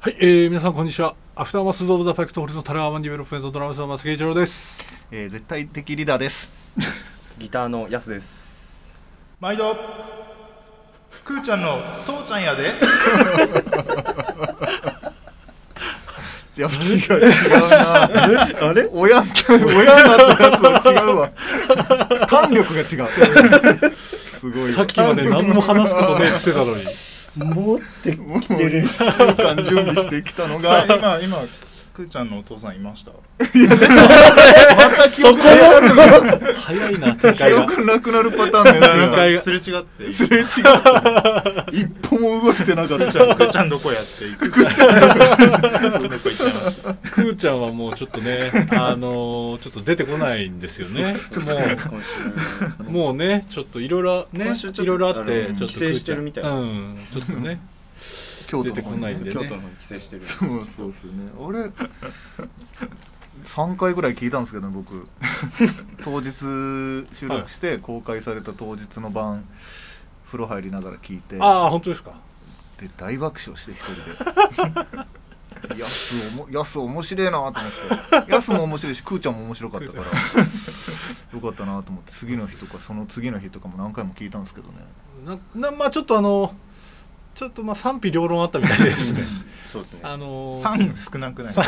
はい、えー、皆さんこんにちは。アフターマスズ・オブ・ザ・パクト・ホルズ・タラーマン・ディベロップメント・ドラムスの松木一郎です。えー、絶対的リーダーです。ギターのヤスです。毎度、くーちゃんの父ちゃんやで。いや違う違うなあれ親親だったやつは違うわ弾力が違うすごいさっきまで何も話すことねえってたのに持ってきてる1週間準備してきたのが今今くーちゃんのお父さんいましたいやでもまた記憶早いな展開が記憶なくなるパターンのやつすれ違ってすれ違って一歩も動いてなかったちゃんくーちゃんどこやっていくくーちゃんどこ行っちゃいましたくーちゃんはもうちょっとねあのー、ちょっと出てこないんですよねもうもうねちょっといろいろねいろいろあってちょっと帰省してるみたいなうんちょっとね京都の方に、ね、京都の方に帰省してるそうそうですね俺3回ぐらい聞いたんですけど、ね、僕当日収録して公開された当日の晩風呂入りながら聞いてああ本当ですかで大爆笑して一人でやすおもやす面白いなと思ってやすも面白いしくーちゃんも面白かったからよかったなと思って次の日とかその次の日とかも何回も聞いたんですけどねななまあちょっとあのちょっとまあ賛否両論あったみたいですね。そうですね。あのー、少なくない。三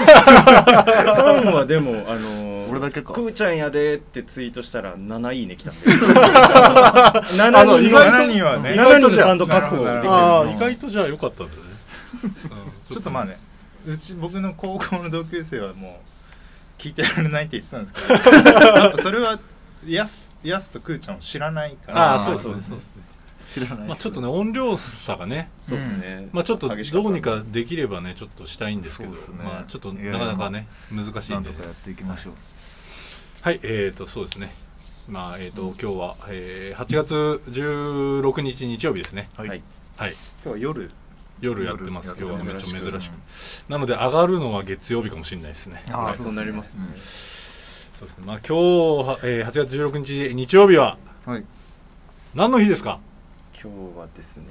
はでもあのー、俺だけか。くーちゃんやでってツイートしたら七いいね来たんで。七人七人はね。七人で三度確保できる。ああ意外とじゃあ良かったんだね。ちょっとまあね、うち僕の高校の同級生はもう聞いてられないって言ってたんですけど、やっぱそれはやすやすとくーちゃんを知らないから。ああそうそうそうそう。まあ、ちょっとね音量差がねそうですね、まあ、ちょっとどうにかできればねちょっとしたいんですけど、ね、まあ、ちょっとなかなかね難しいんでやっていきましょうはい、えっ、ー、とそうですねまあえっ、ー、と、うん、今日は、えー、8月16日日曜日ですねはい、はい、今日は夜夜やってます今日はめっちゃ珍しく、なので上がるのは月曜日かもしれないですねああそうなりますね、うん、そうですねまあ今日、えー、8月16日日曜日は、はい、何の日ですか今日はですね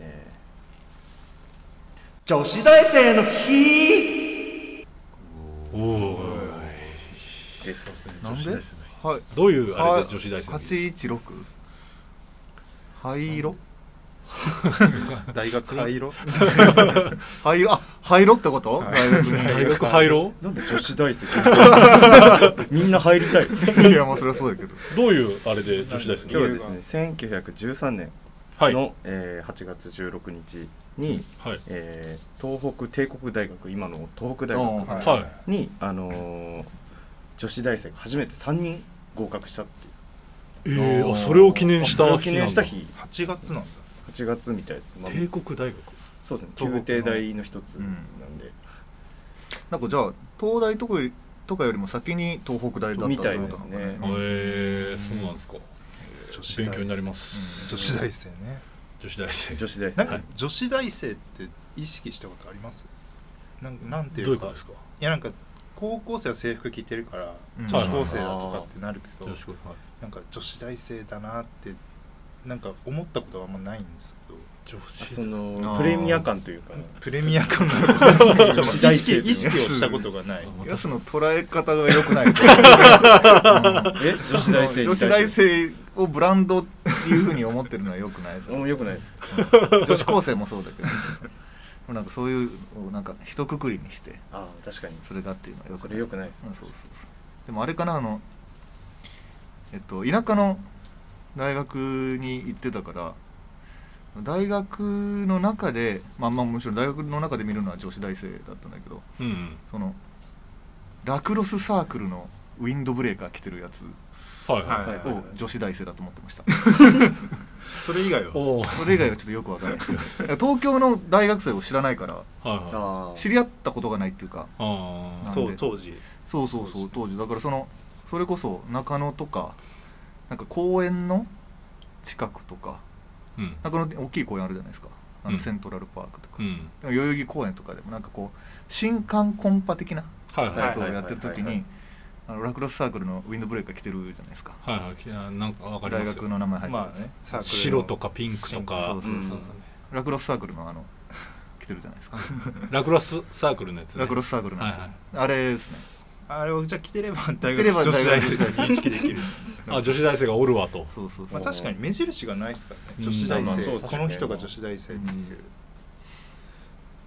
女子大生の日おおですなんではいどういうあれで女子大生八一六灰色大学灰色灰色あ灰色ってこと、はい、 大学灰色なんで女子大生 みんな入りたいいやまあそれはそうだけどどういうあれで女子大生、今日はですね1913年の、はい、えー、8月16日に、はい、えー、東北帝国大学今の東北大学に、はい、あのー、女子大生が初めて3人合格したっていうえー、あそれを記念した日なん記念した日8月なんだ8月みたいです、まあ、帝国大学そうですね宮帝大の一つなんで、うん、なんかじゃあ東大とかとかよりも先に東北大だったみたいですねへ、うん、えー、そうなんですか、勉強になります、うん、女子大生ね女子大生女子大生なんか女子大生って意識したことありますなんなんていうかですかいやなんか高校生は制服着てるから、うん、女子高生だとかってなるけど、はいはいはい、なんか女子大生だなってなんか思ったことはあんまないんですけど女子そのプレミア感というか、ね、プレミア感女子大生意識をしたことがないやつの捉え方がよくないうん、 え女子大生女子大生をブランドっていうふうに思ってるのはよくないですよよくないです、うん、女子高生もそうだけどなんかそういうなんか一括りにしてあ確かにそれがっていうのはよくそれよくないです、ね、そうそうでもあれかなあのえっと田舎の大学に行ってたから大学の中でまあまあむしろ大学の中で見るのは女子大生だったんだけど、うんうん、そのラクロスサークルのウィンドブレーカー着てるやつはいはいはいはい、を女子大生だと思って ましたそれ以外はそれ以外はちょっとよくわからない東京の大学生を知らないから、、はいはい知り合ったことがないっていうか当時そうそうそう当時だからそのそれこそ中野とかなんか公園の近くとか、うん、中野って大きい公園あるじゃないですかあのセントラルパークとか、うん、代々木公園とかでもなんかこう新刊コンパ的なやつをやってる時に。あのラクロスサークルのウィンドブレーカー着てるじゃないですか。はいはい、いなんかわかり大学の名前入ってます、ね、まあね。白とかピンクとか。そうそうそう、うん、ラクロスサークルのあの来てるじゃないですかラクロスサークルのやつ、ね、ラクロスサークルのやつ、はいはい、あれですねあれをじゃあ来てれば大学女子大生が認識できるあ女子大生がおるわとそうそうまあ、確かに目印がないですからね女子大生、うん、この人が女子大生っていう、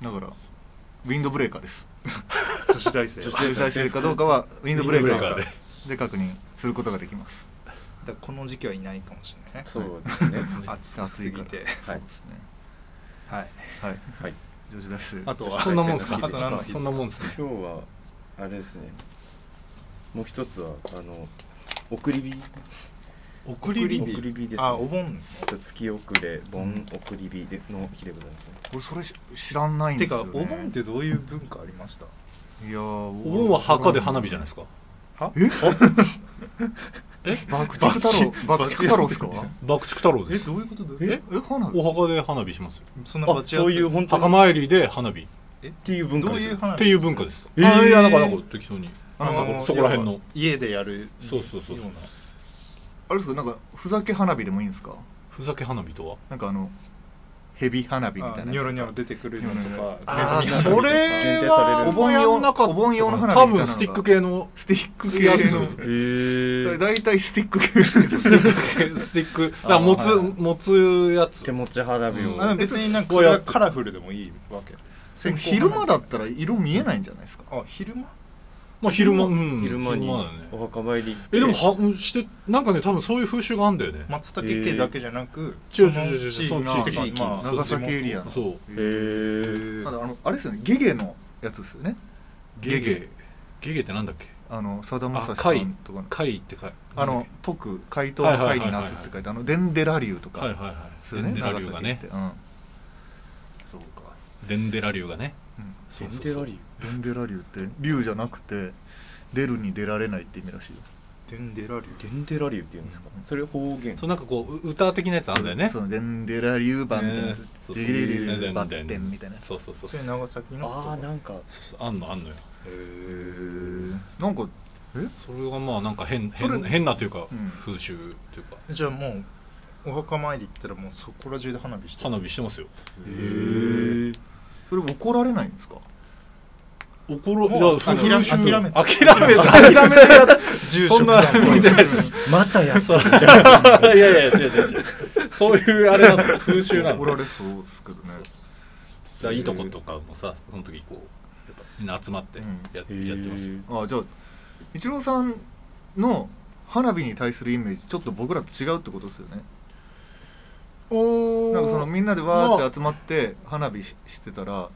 だからウィンドブレーカーです女子大生女子大生かどうかはウィンドブレーカーで確認することができますだこの時期はいないかもしれないねそうですね暑すぎてそうですねはい、はい、はい、女子大生あとはそんなもんですかあと何のそんなもんですね今日はあれですねもう一つはあの送り火送り火送り火です、ね、あお盆月遅れ盆送り火での日でございますね俺それ知らないんですよ、ね、てかお盆ってどういう文化ありましたいやお盆は墓で花火じゃないですかはええ爆竹太郎爆竹太郎ですか爆竹太郎ですえどういうことだええ花お墓で花火しますそんなバチそういう本当墓参りで花火えっていう文化ですっていう文化ですえー、いやなんかなんか適当にあのそこら辺の家でやるそうそうそうそうあれですかなんかふざけ花火でもいいんですかふざけ花火とはなんかあのヘビ花火みたいなニョロニョロ出てくるのとかあそれはお盆用なかお盆用の花火多分スティック系のスティック系のへえ大体スティック系ですね スティックスティックだから持つ、はい、持つやつ手持ち花火を、、うん、別になんかこれはカラフルでもいいわけ昼間だったら色見えないんじゃないですか、うん、あ昼間まあ昼間、うん昼間にお墓参りえでもはしてなんかね多分そういう風習があるんだよね松茸家だけじゃなく違う違う違うその地域、まあ、長崎エリアのそうへえただあのあれですよねゲゲのやつですよねゲゲゲゲってなんだっけあのさだまさしさんとか貝って書いあの解く解答の貝に夏って書いてあのデンデラ流とかはいはいはいデンデラ流がねそうかデンデラ流がねデンデラ流デンデラ流って流じゃなくて出るに出られないって意味らしいよデンデラ流デンデラ流っていうんですか、うん、それ方言そうなんかこう歌的なやつあるんだよねそのデンデラ流版みたいなやつ、えー、デリリリリバッテンみたいなそうそうそうそれ長崎のああなんかあんのあんのよへえんかえそれがまあなんか変変変なというか、うん、風習というかじゃあもうお墓参り行ったらもうそこら中で花火して花火してますよへえそれ怒られないんですか怒ろいや諦め諦諦めめ諦め住職さ んみたいなまたや、そういやいや違う違うそういうあれなの風習なの怒られそうですけどねじゃいいとことかもさその時こうみんな集まってや,うん、やってますよあじゃあ一郎さんの花火に対するイメージちょっと僕らと違うってことですよねおなんかそのみんなでわーって集まって花火してたらあ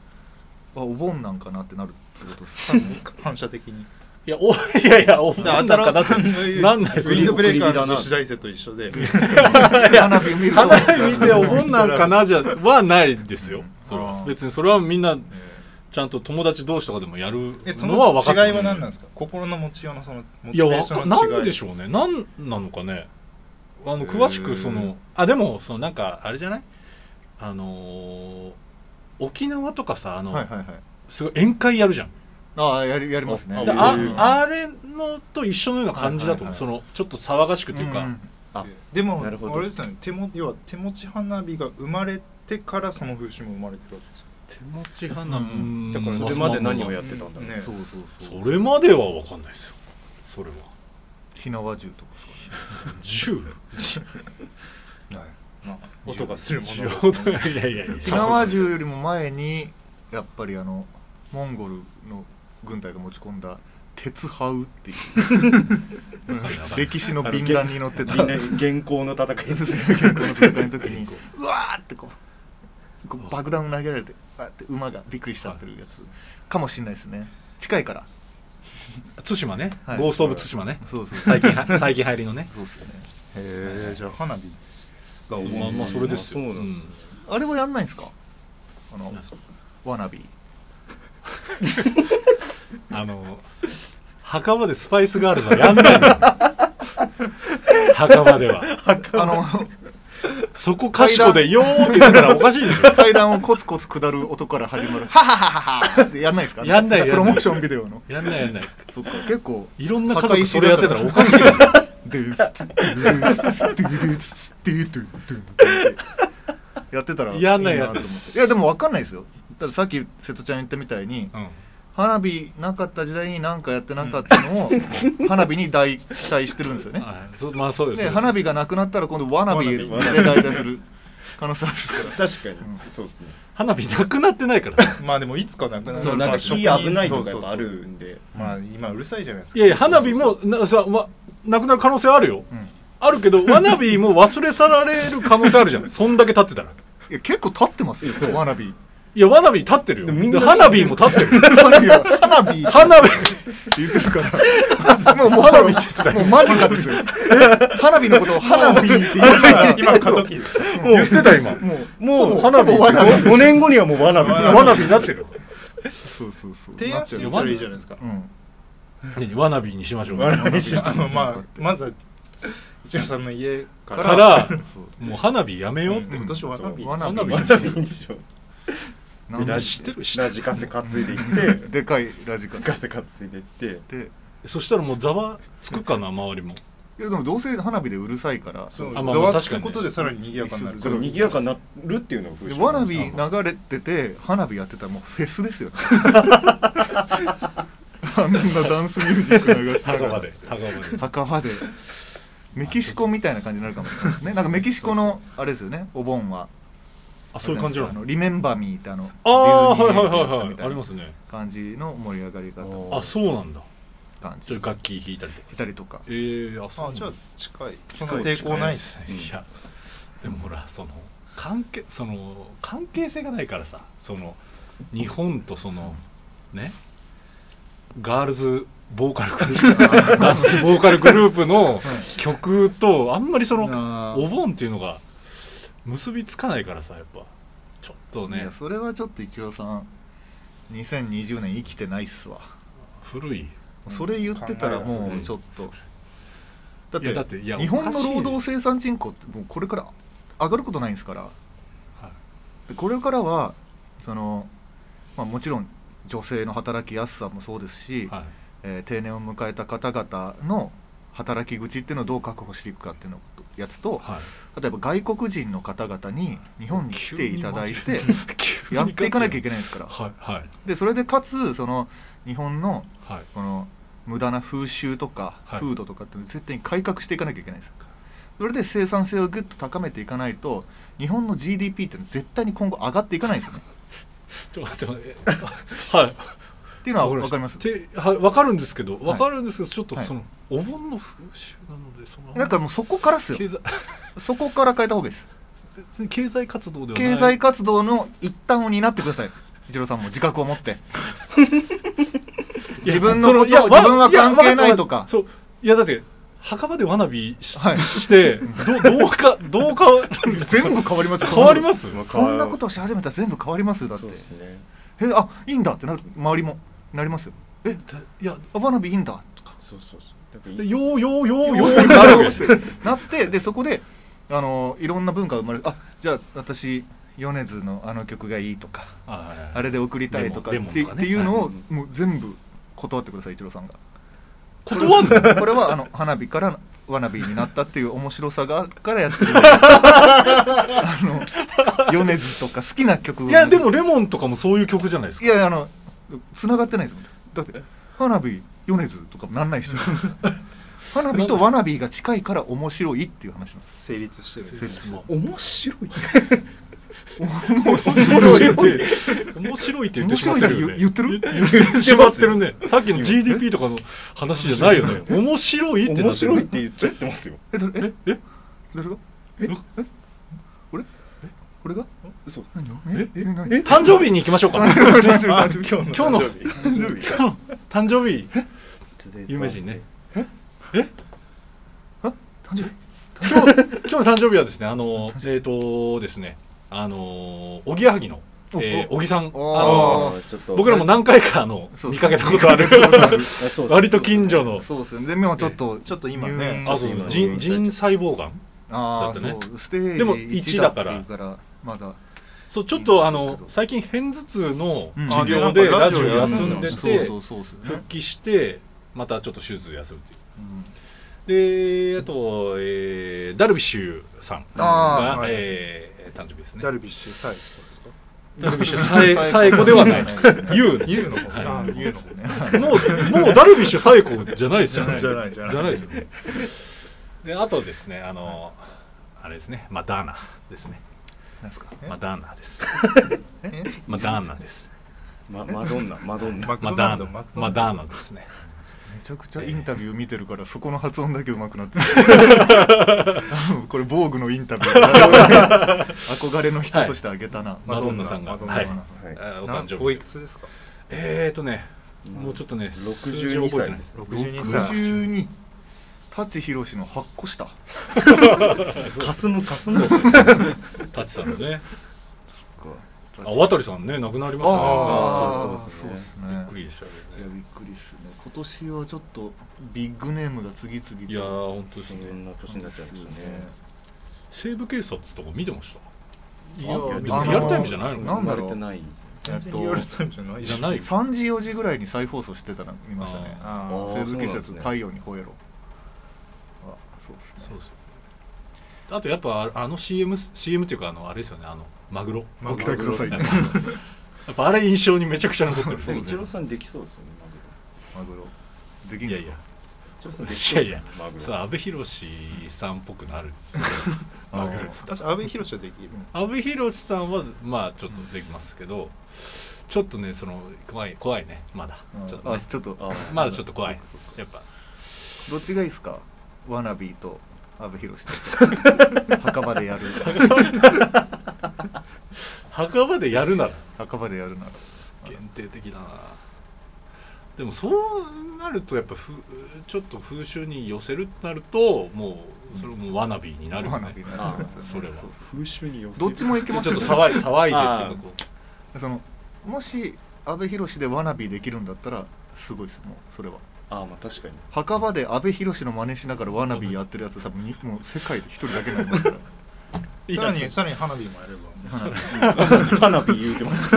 お盆なんかなってなるってこと です反射的にいやおいやいやお盆なんかなってなんないウィンドブレーカーの女子大生と一緒で花火見ると花火見てお盆なんかなじゃはないですよそれは別にそれはみんなちゃんと友達同士とかでもやるのは分かる違いは何なんですか心の持ちようのそのモチベーションの違いいや何でしょうね何なのかねあの詳しくそのあでもそのなんかあれじゃないあのー、沖縄とかさあの、はいはいはい、すごい宴会やるじゃんああやりやりますねああれのと一緒のような感じだと思う、はいはいはい、そのちょっと騒がしくというか、うん、あでもあれですよね手も要は手持ち花火が生まれてからその風習も生まれてるわけです手持ち花火、うんだからそれまで何をやってたんだろう、ね、そうそうそうそれまでは分かんないですよそれは火縄銃とかですかね銃はいまあ、音がするものいやいやいや火縄銃よりも前にやっぱりあのモンゴルの軍隊が持ち込んだ鉄ハウっていう歴史の便覧に載ってた現行の戦いですよ現行の戦いの時 にうわーってこうこう爆弾投げられてあって馬がびっくりしちゃってるやつかもしれないですね近いから対馬ね、はい、ゴースト・オブ・対馬ねそうそう最近最近入りのねそうっすよねへえじゃあ花火がおまあまあそれですよ、うん、あれはやんないんですかあのわなびあの墓場でスパイスガールズはやんないの墓場ではあのそこかしこで「よー」って言ってたらおかしいでしょ階段をコツコツ下る音から始まる「ははははは」ってやんないですか、ね、やんないプロモーションビデオのやんないやんないそっか結構いろんな家族それやってたらおかしいでしょドゥースドゥース ドゥースドゥースドゥースドゥースやってたらやんないやんないいやでも分かんないですよたださっき瀬戸ちゃん言ったみたいに、うん花火なかった時代に何かやってなかったのを花火に代替してるんですよね。はいそまあそうですで花火がなくなったら今度わなびで代わなび替する可能性あるから確かに、そうですね花火なくなってないからねまあでもいつかなくなるそうなんまかあ職火人危ないとかやっぱあそうそるうそうんでまあ今うるさいじゃないですかいやいや花火もなさ、ま、なくなる可能性あるよ、んあるけどわなびも忘れ去られる可能性あるじゃんそんだけ立ってたらいや結構立ってますよわなび。いやわなび立ってるよでもみんなで花火も立ってる花火は花火って花火言ってるからもうもう花火って言ってたもうマジかですよ。花火のことを花火って言うから今過渡期ですもう言ってた今ももうほぼ花火ほぼ花火5年後にはもう罠火わなびになってるうそうそうそう。提案してみたらいいじゃないですかうん。ねわなびにしましょうわなびあのまあまずは一郎さんの家かかららもう花火やめようっうんて今年わなびわそんななのびにし ようなんででラ知ってる知ってるラジカセ担いでいって でかいラジカガセ担いでいってで。そしたらもうざわつくかな周りもいやでもどうせ花火でうるさいからそうあざまあわつ確かにくねことでさらに賑やかになるそうそそうう賑やかになるっていうのが風で習わらび流れてて花火やってたらもうフェスですよねあんなダンスミュージック流しな墓が場らで墓場で墓場でメキシコみたいな感じになるかもしれないですねなんかメキシコのあれですよねお盆はあそういう感じなあののリメンバーミーってあのああーディはいはズニーいは映画だっいはいたみたいありなますね感じの盛り上がり方おあそうなんだ感ちょじっと楽器弾いたりとかいたりとかえー、あそうあなんじだゃあ近いそんな抵抗ないですねいやでもほらその関係その関係性がないからさその日本とそのねガールズボーカルグルー プダンスボーカルグループの曲とあんまりそのあーお盆っていうのが結びつかないからさやっぱちょっといねやそれはちょっと一郎さん2020年生きてないっすわ古いそれ言ってたらもうちょっと、だっいてやだっていや日本のおかしい労働生産人口ってもうこれから上がることないんですから、でこれからはその、まあ、もちろん女性の働きやすさもそうですし、はいえー定年を迎えた方々の働き口っていうのをどう確保していくかっていうのとやつとはい例えば外国人の方々に日本に来ていただいて急にやっていかなきゃいけないんですからはいはいでそれでかつその日本のはいこの無駄な風習とかはい風土とかっていうのを絶対に改革していかなきゃいけないんですよ、それで生産性をぐっと高めていかないと日本の GDP っていうのは絶対に今後上がっていかないんですよねちょっと待って待ってえはいっていうのは分かりますてはい、わかるんですけど、いわかるんですけど、ちょっとはいその、お盆の風習なので、その。だからもうそこからですよ経済、そこから変えた方がいいです別に経済活動ではない。経済活動の一端を担ってください一郎さんも自覚を持って自分のことをいや自分は関係なやいとわかそう、いや、だって、墓場でわなびし,、は いして、どどうか、どうか。全部変わりますよ変わります。まあこんなことをし始めたら全部変わりますよだってそうですねえあいいんだってなる周りもなりますよえだいや、あ花火いいんだとかそうそうそうだかでらいようようようようになるわけです。なってでそこであのいろんな文化が生まれるあじゃあ私米津のあの曲がいいとかはいあれで送りたいとかっレて,、モンレモンとかねっていうのはをもう全部断ってください一郎さんが断んの。 これはあの花火からわなびになったっていう面白さがあるからやっ てるあの米津とか好きな曲をいや、でも、レモンとかもそういう曲じゃないですいか。やあの繋がってないですもんだって花火米津とかもなんない人 花火とわなびが近いから面白いっていう話なんです成立してるまあ面白い面面白い面白いって言ってしまってるよね面白いって言言って言言ってしまってるねさっきの GDP とかの話じゃないよね 面白いってな面って白いっるて言っちゃってますよえどれええ誰がえ俺俺が嘘何をええ何え誕生日に行きましょ うかあ今 誕生日あ誕生日今日の日 の誕今日生日の誕生日有名人ね誕生今日日今日の誕生日はですねあのえっとですねあのおぎやはぎのえー小木さんあのあああちょっと僕らも何回かあのそう見かけたことあるあそうそう割と近所のそうですねでもちょっとちょっと今ねあそう今腎腎細胞がんああだったねそうステージでも一だからっていうからまだそうちょっとあいいんのですけど最近片頭痛のうん治療であなラんかラジジオオ休休んんででてそうそうそうですよ復ね帰してまたちょっと手術休むっていううんであと、えーダルビッシュさんあーが、はいえー誕生日ですね ダルビッシュ最後ですかダルビッシュさえ最後ではない言うの言うの方ねあはー言うの方 ねもうもうダルビッシュ最高じゃないですよね じゃないじゃないじゃないですよねであとですねあの、あれですねマダーナですねなんすかマダーナですえマダーナですまマドンナマドンナマクマドナダルドーナママクドナルドダーナですねめちゃくちゃインタビュー見てるからそこの発音だけうまくなっ てる多分これ防具のインタビューだろう憧れの人としてあげたな、マドンナさんがマドンナさんははいい、あおお誕生日おいくつですかえーとねもうちょっとね数字62覚えて歳ないです62歳62舘ひろしの8個下かすむかすむ舘さんのねああ渡さんね亡くなりましたねあーあそーそううでですすびねっくりでしたけどねいやびっくりですね今年はちょっとビッグネームが次々といやー本当ですそんねな年になっちゃいましたね西部警察とか見てましたいあやいや見でもてのなリアルタイいムじゃないのなんだろ生まれてうないえ全っ然とリアルタイムじゃないじゃいないよ3時4時ぐらいに再放送してたの見ましたねああーー西部警そう察なんですね太陽に吠えろあそうですねそうですあとやっぱあの CM, CM っていうかあのあれですよねあのマグロマグご期ロ待くださいやっぱあれ印象にめちゃくちゃ残ってるんですでよも一郎さんできそうですよねマグマグロできんいやすいかやロ一郎さんできそうですよねいマグロそう阿部寛さんっぽくなるマグロっつったら私阿部寛はできる阿部寛さんはまあちょっとできますけど、ちょっとねその怖い怖いねまだうんちょっとあねちょっとあまだちょっと怖いそうかそうかやっぱどっちがいいですかワナビーと阿部寛 と墓場でやる墓場でやるなら墓場でやるなら限定的だなでもそうなるとやっぱふちょっと風習に寄せるってなるともうそれもわなびになるよワねナビーになっちゃいますよねあそれはう風習に寄せどっちもいけますちょよっとね騒い騒いでっていうかこそのもし阿部寛でワナビーできるんだったらすごいですもうそれはああまあ確かに墓場で阿部寛の真似しながらワナビーやってるやつ多分にもう世界で一人だけになりますからういさらやにさらに花火もやれば花火 花火言うてます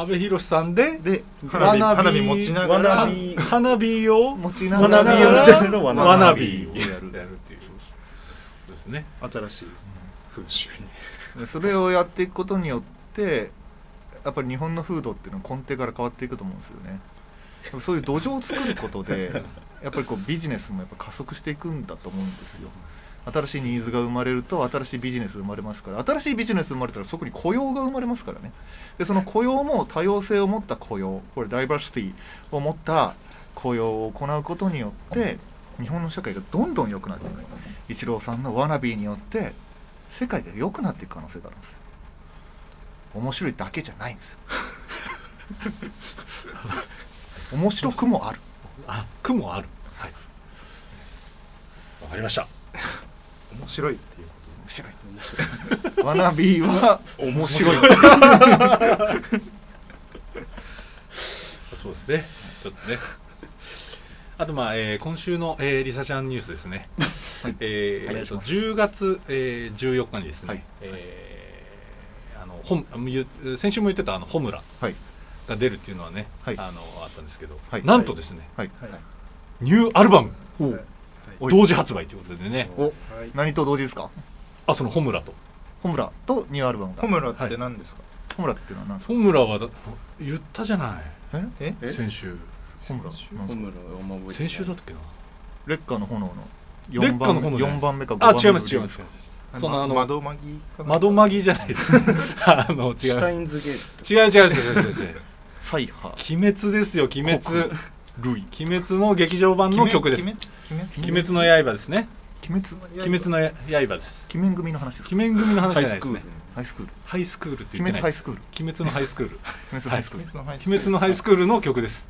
阿部寛さんでで花火わなび花火持ちながわならび花火を持ちなわがなびらを見せるわわなびなびをやるやるっていうそうですね新しい風習にそれをやっていくことによってやっぱり日本の風土っていうのは根底から変わっていくと思うんですよねやっぱそういう土壌を作ることでやっぱりこうビジネスもやっぱ加速していくんだと思うんですよ新しいニーズが生まれると新しいビジネス生まれますから新しいビジネス生まれたらそこに雇用が生まれますからねでその雇用も多様性を持った雇用これダイバーシティを持った雇用を行うことによって日本の社会がどんどん良くなっていくイチローさんのワナビーによって世界が良くなっていく可能性があるんですよ面白いだけじゃないんですよ面白くもあるあ雲あるはいわかりました面白いっていうこ面白いワナビーは面白いそうですね。ちょっとね。あとまあ、えー今週の、えーリサちゃんニュースですね。はいえーお願いします10月、えー14日にですね、はいえーあのほんあのゆ先週も言ってたあのホムラはいが出るっていうのはね、はいあのあったんですけど、はいなんとですね、はいとはいニューアルバムおはいおい同時発売ということでね、おはい何と同時ですかあそのホムラと。ホムラとニューアルバムがホムラって何ですかホムラっていうのは何ですかホムラはだ言ったじゃなええい、え先週。ホムラなんです本か村はあんま覚えてない先週だったっけな。レッカーの炎のレッ4カーの番炎目じゃない四番目か5あ番、目違います、違いまですすか。そのあの、窓マギかな窓まぎじゃないです。 あの、違いシュまタすイ。ンズゲート違う違う違う違う違うサイハー鬼滅ですよ鬼滅ルイ鬼滅の劇場版の曲です鬼鬼滅滅の刃ですね鬼滅鬼滅の刃です鬼面組の話ですか鬼面組の話じハゃなイいスでクすールねハイスクールハイスクールって言って鬼滅ないハでイすスクール鬼滅のハイスクール鬼滅ハイスクー鬼ル滅のハイスク鬼ール滅のハイスクールの曲です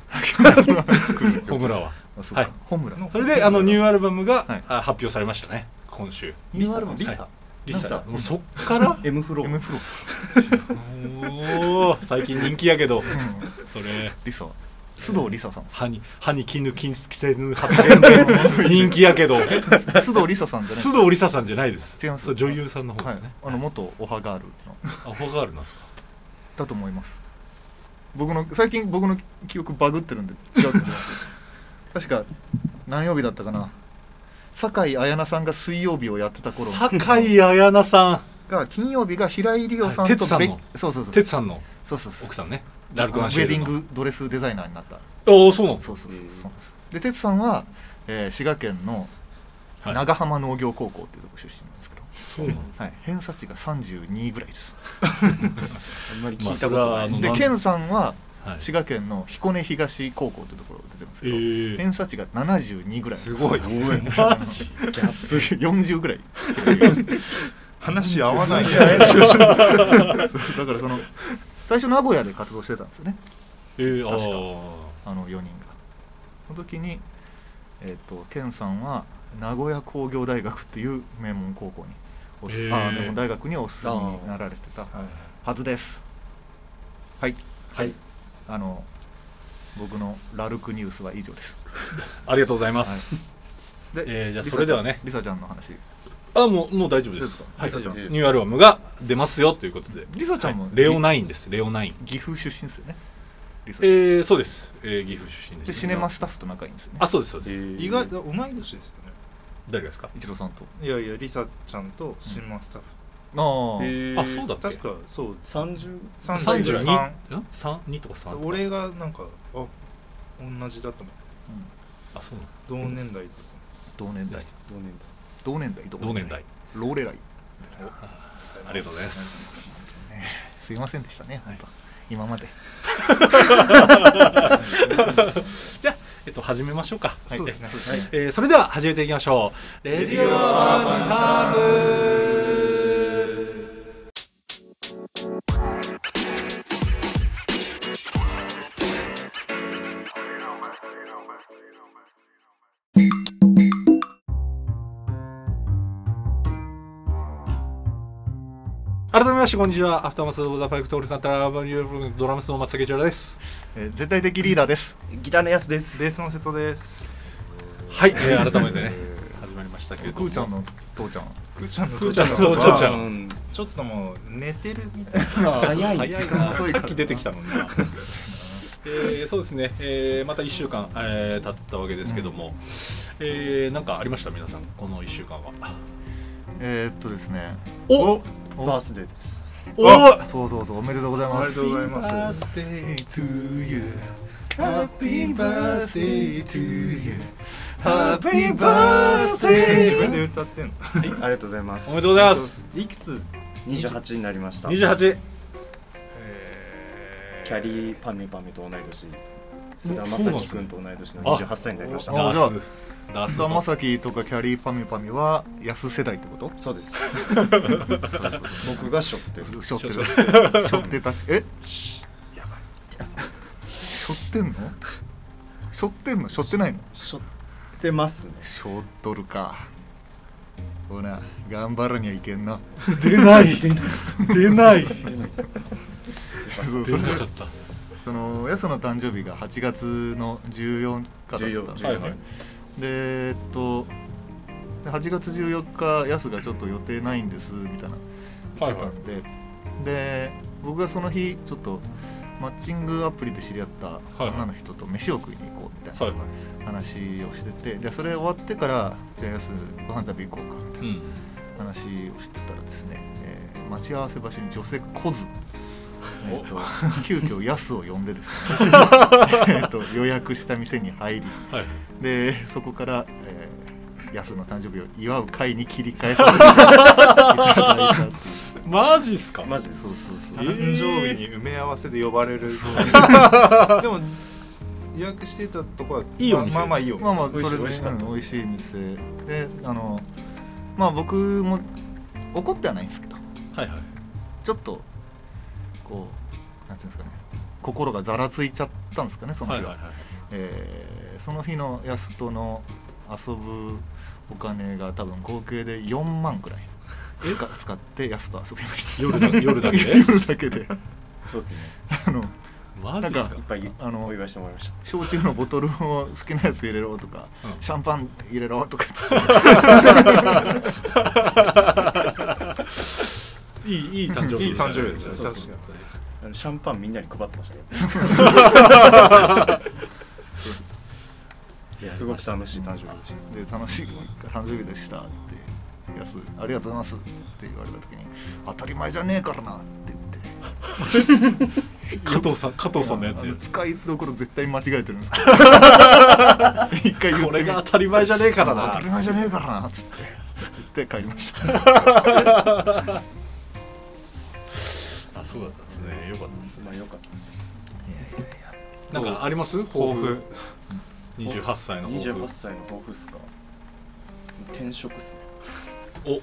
小村はあそうかはいホムラそれであのニューアルバムがはいあ発表されましたね今週ニューアルバムリサはいリサもうそっから M フロ M ーフロスおー最近人気やけどそれリサ須藤リ サさん歯に歯に絹着せぬ発言で人気や けど須藤リサさんじゃない須藤理沙さんじゃないです違いますそう女優さんの方ではすいね、あの元オハガールのアホガールなんですかだと思います僕の最近僕の記憶バグってるんで違うかもしれない 確か何曜日だったかな酒井彩菜さんが水曜日をやってた頃酒井彩菜さんが金曜日が平井理央さんと哲さんのべそうそうそう哲さんのそうそうそう奥さんねあラルのクウマンシェェルディンのグドレスデザイナーになったおおそうなんですそうそうそうそうなんですで哲さんは、えー滋賀県のはい長浜農業高校っていうとこ出身なんですけど、そうなんですはい、偏差値が32ぐらいですんまりまあ聞いたそこれとはなあいのでなん健さんははい滋賀県の彦根東高校っていうところ出てるんですえけど、ー偏差値が72ぐらいすごいマジギャップ40ぐらい 話合わ ないじゃんだからその最初名古屋で活動してたんですよねえー、あ確かーあの4人がその時にえっ、と健さんは名古屋工業大学っていう名門高校におすへあー名門大学におすすめになられてたはずですはいはいあの僕のラルクニュースは以上ですありがとうございます、でえーじゃあリサそれではねリサちゃんの話あもうもう大丈夫ですどうですかはい、リサちゃんニューアルバムが出ますよということでリサちゃんも、レオナインですレオナイン岐阜出身ですよねリサちゃんえー、そうです、えー、岐阜出身です、でシネマスタッフと仲いいんですよねあそうですそうです、えー意外と同い年ですよね誰がですか一郎さんといやいやリサちゃんと新マスタッフ、ああ、えーあそうだっけ確かそう30 30ぐらい32ん三二とか3とか俺がなんかあ同じだと思ううんあそうなの同年代だと同年代同年同年代同年代ローレライありがとうございますすいませんでしたね本当、今までじゃあ、えっと、始めましょうか、思そうですね、えーそれでは始めていきましょうレディオアバンターズ改めましてこんにちはアフターマスオブザファイクトールさんたらバニューブルドラムスの松崎一郎ですえー絶対的リーダーです代ギターのやつですベースの瀬戸ですはい、えー改めてね始まりましたけれどくもーちゃんの父ちゃんくーちゃんのくーちゃんの父父ちゃんうんちょっともう寝てるみ たいな早い早いなさっき出てきたもんな えーそうですね、えーまた1週間、えー経ったわけですけども、えーなんかありました皆さんこの1週間はえー、っとですねおバースデーですおあそうそうそうおめでとうございますおめでとうございます Happy birthday to you Happy birthday to you Happy 自 birthday 分で歌ってんのありがとうございますおめでとうございますいくつ二十八になりました28キャリーパミュパミュと同い年菅田そうなん将です暉ね君と同い年の28歳になりましたダあじゃあースダース菅田と将暉とかキャリーパミュパミュは安世代ってことそうです僕がショックですし ょってるしょってたちえやばいしょってんのしょってんのしょってないのしょってますねしょっとるかほな頑張らにはいけ んな出ない出ない出ないそう出それなでかったそのやすの誕生日が8月の14日だったんで、 14はいはでえっとで8月14日やすがちょっと予定ないんですみたいな言ってたんで、で僕がその日ちょっとマッチングアプリで知り合ったはい女の人と飯を食いに行こうみたいなはいはい話をしてて、じゃあそれ終わってからじゃあやすご飯食べ行こうかみたいなうん話をしてたらですね、えー待ち合わせ場所に女性が来ず、えー、と急遽ヤスを呼んでです ねえーと予約した店に入りはいでそこから、えー、ヤスの誕生日を祝う会に切り替えさせていただいたっていうマジっすかマジでそうすそうそうえ誕ー生日に埋め合わせで呼ばれるでも予約してたとこはいいお店まあまあいいお 店まあまあそ美味しれい美味しかったうん美味しい店であのまあ僕も怒ってはないんですけどはいはいちょっとこうなんていうんですかね心がざらついちゃったんですかねそのは日いは。はいはいえーその日のやすとの遊ぶお金が多分合計で4万ぐらい使使ってやすと遊びました夜だ夜だけ 夜だけでそうですねあのマジっすなかいっぱいあのお祝いしてもらいました焼酎のボトルを好きなやつ入れろとか、うんシャンパン入れろとかつっていいいい誕生日いい誕生日ででしねそしたたねう確かそうにあのシャンパンみんなに配ってましたけ どいやすごく楽しい誕生日でしたで楽しい誕生日でしたってやすありがとうございます」って言われた時に「当たり前じゃねえからな」って言って加藤さん加藤さんのやつや使いどころ絶対間違えてるんですけど 一回言ってみこれが当たり前じゃねえからな当たり前じゃねえからなっつって言って帰りましたあそうだったんですねよかったですまあよかったですいやいやいやなんかあります抱負28歳の抱負28歳の抱負っすか転職っすねお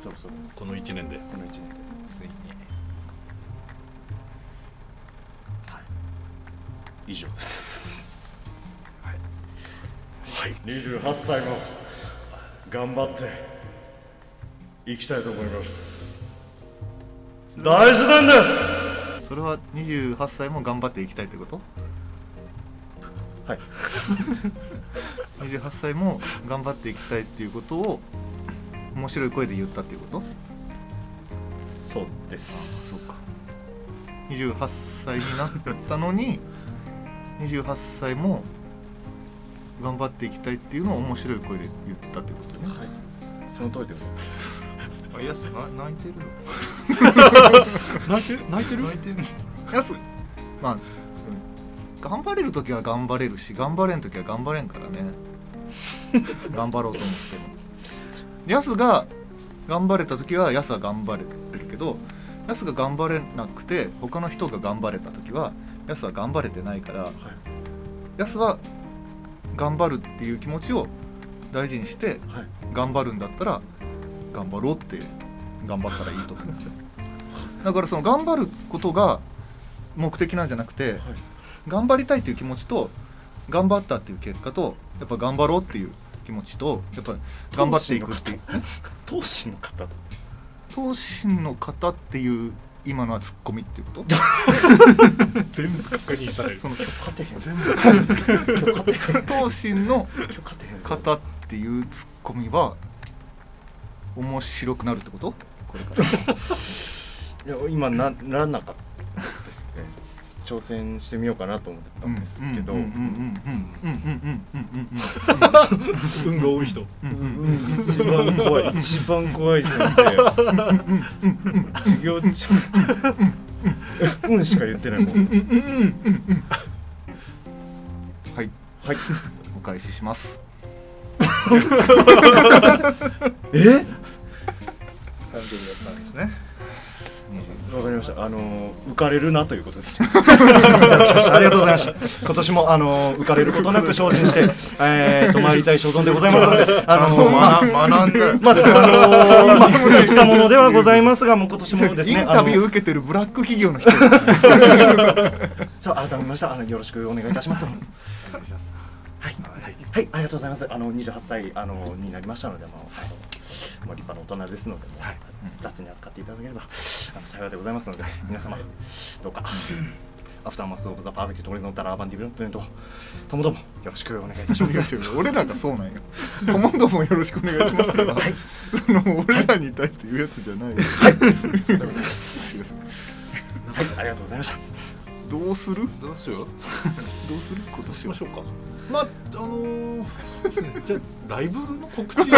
そろそろこの1年でこの1年でついに以上ですはい、はい、28歳も頑張っていきたいと思います大事なんですそれは28歳も頑張っていきたいってこと はい28歳も頑張っていきたいっていうことを面白い声で言ったっていうことそうですそうか28歳になったのに28歳も頑張っていきたいっていうのを面白い声で言ったってことね。はい、その通りでございます。あ、やす、な、泣いてる。泣いてる、泣いてる。泣いてる。やす。まあ、頑張れる時は頑張れるし、頑張れん時は頑張れんからね。頑張ろうと思っても。やすが頑張れた時は、やすは頑張れてるけど。やすが頑張れなくて、他の人が頑張れた時は。ヤスは頑張れてないから、やすは頑張るっていう気持ちを大事にして、はい、頑張るんだったら頑張ろうって頑張ったらいいとだからその頑張ることが目的なんじゃなくて、はい、頑張りたいっていう気持ちと頑張ったっていう結果とやっぱ頑張ろうっていう気持ちとやっぱ頑張っていくっていう闘志の方闘志の方っていう今のはツッコミっていうこと全部確認されるその今日勝てへん全部闘神の 方っていうツッコミは面白くなるってことこれからいや今なならなかったですね挑戦してみようかなと思ってたんですけど運が多い人一番怖い一番怖い先生授業中うんしか言ってないもんはいはいお返ししますえ誕生日だったんですねわかりました。あの浮かれるなということです。。ありがとうございました今年もあの浮かれることなく精進して、えー、と参りたい所存でございますので、あのま学んで、 まあですね、あのいつかものではございますが、もう今年もですね、インタビュー受けてるブラック企業の人。さあ改めましてあのよろしくお願いいたします。お願いします。はい、はい、はい、ありがとうございます。あの二十八歳あのになりましたので、まあ、あのまあ立派な大人ですので、はい、雑に扱っていただければあの幸いでございますので、皆様どうか。アフターマスオブザバーベキューと俺のダラーバンディベロップメントともどもよろしくお願いいたし ます。俺らがそうなんよ。ともどもよろしくお願いしますよ。はい、その俺らに対して言うやつじゃないよ。はい、ありがとうございます。はい、ありがとうございました。どうする？どうしよう。どうする？今年しましょうか。まああのー、 じゃライブの告知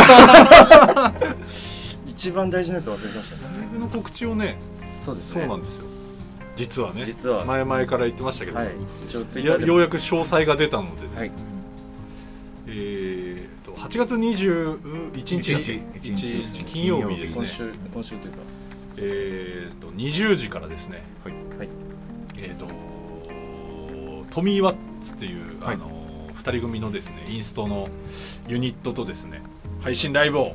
一番大事なやつ忘れてましたねライブの告知をねそうです、ね、そうなんですよ実はね実は前々から言ってましたけど、、はいやようやく詳細が出たのでね、はい、えーと、と8月21日日金曜日ですね今週今週というかえーと、と20時からですね、はいえーと、とトミー・ワッツっていう、あの2人組のですねインストのユニットとですね配信ライブを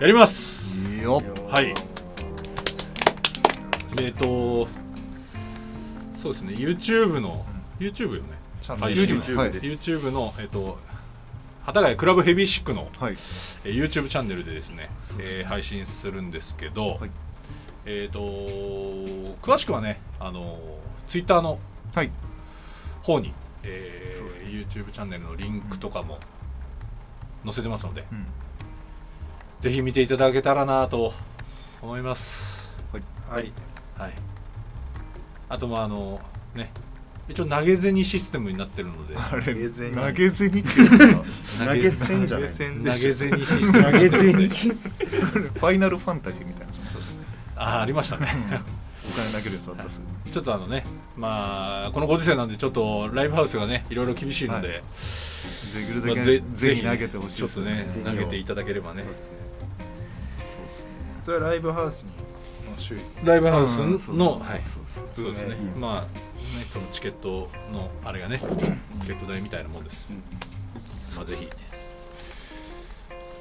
やりますはいえっ、ー、とそうですね YouTube の YouTube よねあ YouTube, はい、YouTube のえっ、ー、と幡ヶ谷クラブヘビーシックの、はえい、ー、YouTube チャンネルでですねでえー、配信するんですけど、はい、えっ、と詳しくはねあの Twitter の方に、えー、YouTube チャンネルのリンクとかも載せてますので、うん、ぜひ見ていただけたらなと思いますはいはい、はい、あとまああのね一応投げ銭システムになってるのであれ投げ銭投げ銭っていうのか投げ銭じゃない投げ銭投でげしょ銭システム投げフ銭ァイナルファンタジーみたいなそうっすね ああありましたねお金投げるやつあったっすちょっとあのねまあこのご時世なんでちょっとライブハウスがねいろいろ厳しいので、はできるまだあけぜひ投げてほしいちょっとね銭を投げていただければねそれはライブハウスの周囲ライブハウスうんそうのはいそうそうそうですね運営費まあねそのチケットのあれがねチケット代みたいなもんです、まあぜひね、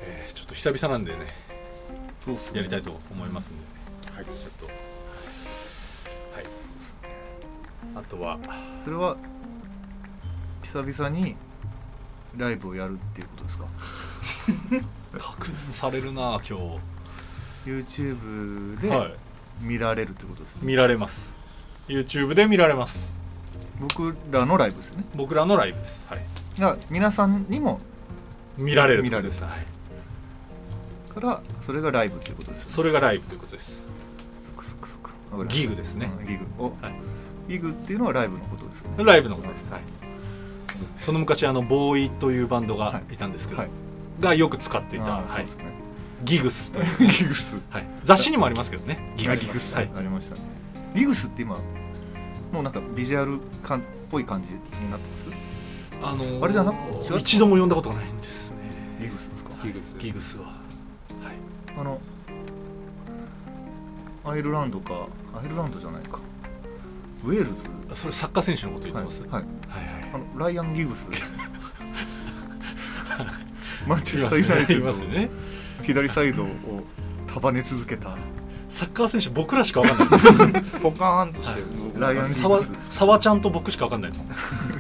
えーちょっと久々なんでねそうっすねやりたいと思いますんで、はいちょっとはいあとはそれは久々にライブをやるっていうことですか確認されるな今日 YouTube ではい見られるってことですね、見られます YouTube で見られます僕らのライブですよね僕らのライブですはいが皆さんにも見られるってことですはいからそれがライブっていうことですよねそれがライブということですそっかそっかそっかわかりましたギグですねうんギグお、はいギグっていうのはライブのことですよねライブのことです、はその昔あのボーイというバンドがいたんですけど、はいがよく使っていた、はいあーそうですねギグスという、ギグスはい、雑誌にもありますけどねギギググススギグス、はい、ありましたねギグスって今もうなんかビジュアル感っぽい感じになってますあのーあれじゃなく違う一度も読んだことがないんですねギグスですかギグスギグスは、はい、あのアイルランドかアイルランドじゃないかウェールズあそれサッカー選手のこと言ってます、はいはい、はい、はいあのライアン・ギグ スマンチいェスタまー・すユナねイテいッドますのね左サイドを束ね続け たサッカー選手僕らしか分かんないポカーンとしてるんですよライアン・ギグス沢沢ちゃんと僕しか分かんないの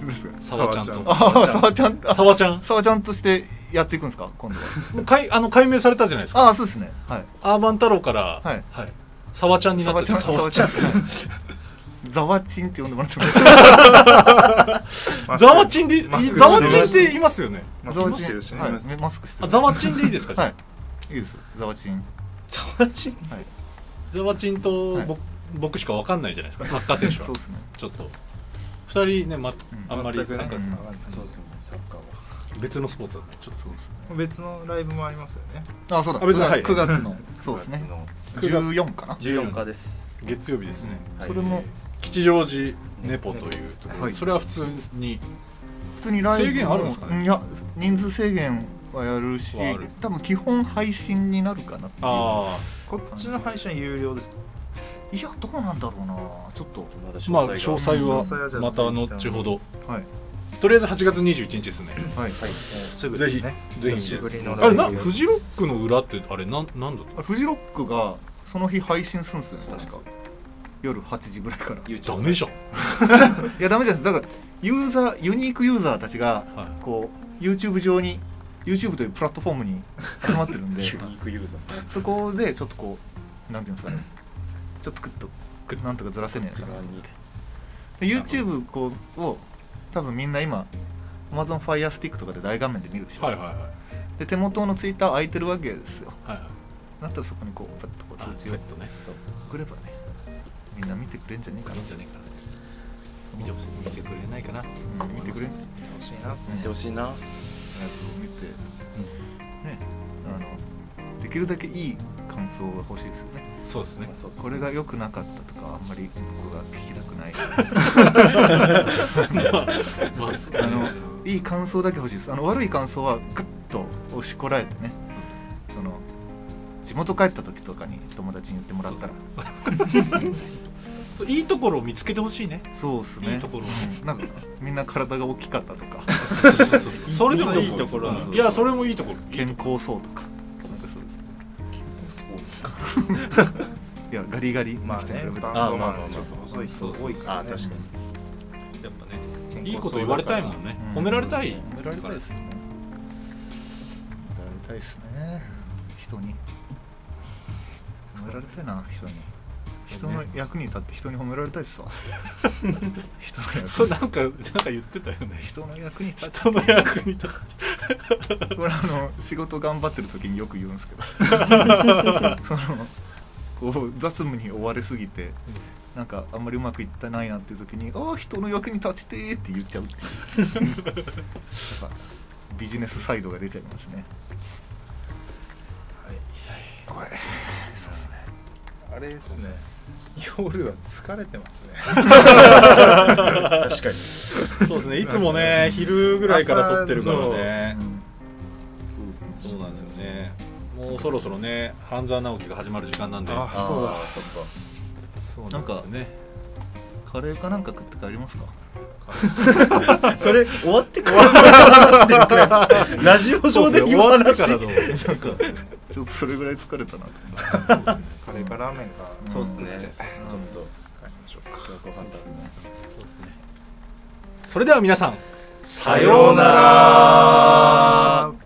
ですか沢ちゃん沢ちとゃああ沢ちゃん あ沢ちゃん沢ちゃんとしてやっていくんですか今度はかいあの解明されたじゃないですかああそうですねはいアーバン太郎から、はい沢ちゃんになっ沢てちゃん沢沢ちちゃゃんんザワチンって呼んでもらってもいいザワチンでいいマスクザワチンって言いますよねマス ザクワしチてンるしね、はいマスクしてあるザワチンでいいですか、はいいいですザワチンザワチン、はいザワチンと、はい僕僕しかわかんないじゃないですかサッカー選手はそうですねちょっと2人ね、ま、あんまりサ全ッくカー、ねんそうそう別のスポーツだねちょっとそうですね別のライブもありますよねあそうだあ別にはい9月 のそうですね14かな14日です月曜日ですね、はいそれも吉祥寺ネポというところ、はいそれは普通に普通にライブも制限あるんですかねいや人数制限はやるしはある多分基本配信になるかなっていうあこっちの配信は有料ですかいやどうなんだろうなちょっとまだあまあが詳細詳細はじゃはまあた後ほどはいとりあえず8月21日ですねはいはいすぐぜですひねぜ久ひしぶりのあれなライブフジロックの裏ってあれなんなんだっあフジロックがその日配信するんですよね確か夜8時ぐらいから いたダメじゃんやダメじゃないですだからユーザーユニークユーザーたちがはいこう YouTube 上に YouTube というプラットフォームに集まってる んでユニークユーザーそこでちょっとこうなんていうんですかねちょっとクッとクッとなんとかずらせねえな裏にで YouTube こうを多分みんな今 Amazon Fire Stick とかで大画面で見るでしょ、はいはいはいで手元の Twitter 空いてるわけですよはいはいだったらそこにこうパッとこうあ通知ペをットねそう送ればねみんな見てくれんじゃねえかいいんじゃねえかな見ても見てくれないかなってな、うん見てくれんライ見てほ見てほししいないなブを見て、ねあのできるだけいい感想が欲しいですよねそうですねまあそうっすこれが良くなかったとかあんまり僕は聞きたくないまあそうあのいい感想だけ欲しいですあの悪い感想はグッと押しこらえてねその地元帰った時とかに友達に言ってもらったらそういいところを見つけてほしいねそうっすねいいところうんなんかみんな体が大きかった とかそうそうそうそうそれでもいいところうんいやそれもいいところいい健とこ康そうとかなんかそうですそうか いやガリガリまあねみたいあバンドマまあまあまあンちょっと細い人多いからねあ確かろやっぱね健康そうだからいいこと言われたいもんねうん褒められたい褒められたいですよね褒められたいですね人に褒められたいな人に人の役に立って人に褒められたいっ すわ人の役にそうなんかなんか言ってたよね人の役に立って人の役にとか これあの仕事頑張ってる時によく言う んですけどそのこう雑務に追われすぎてなんかあんまりうまくいってないなっていう時に「ああ人の役に立ちてー」って言っちゃうっていう やっぱビジネスサイドが出ちゃいますねはいはいそうですねあれですね夜は疲れてますね確かにそうですねいつもね昼ぐらいから撮ってるからねそう,、なんですよねもうそろそろね半沢直樹が始まる時間なん であそうだそっかそうなんですよねカレーかなんか食って帰りますか それ終わって からの話でくれラジオ 上で言わ なそうでかすらねなんかちょっとそれぐらい疲れたなと思ってカレーかラーメンかそうですねんちょっと買いましょうかご飯食べそれでは皆さんさようなら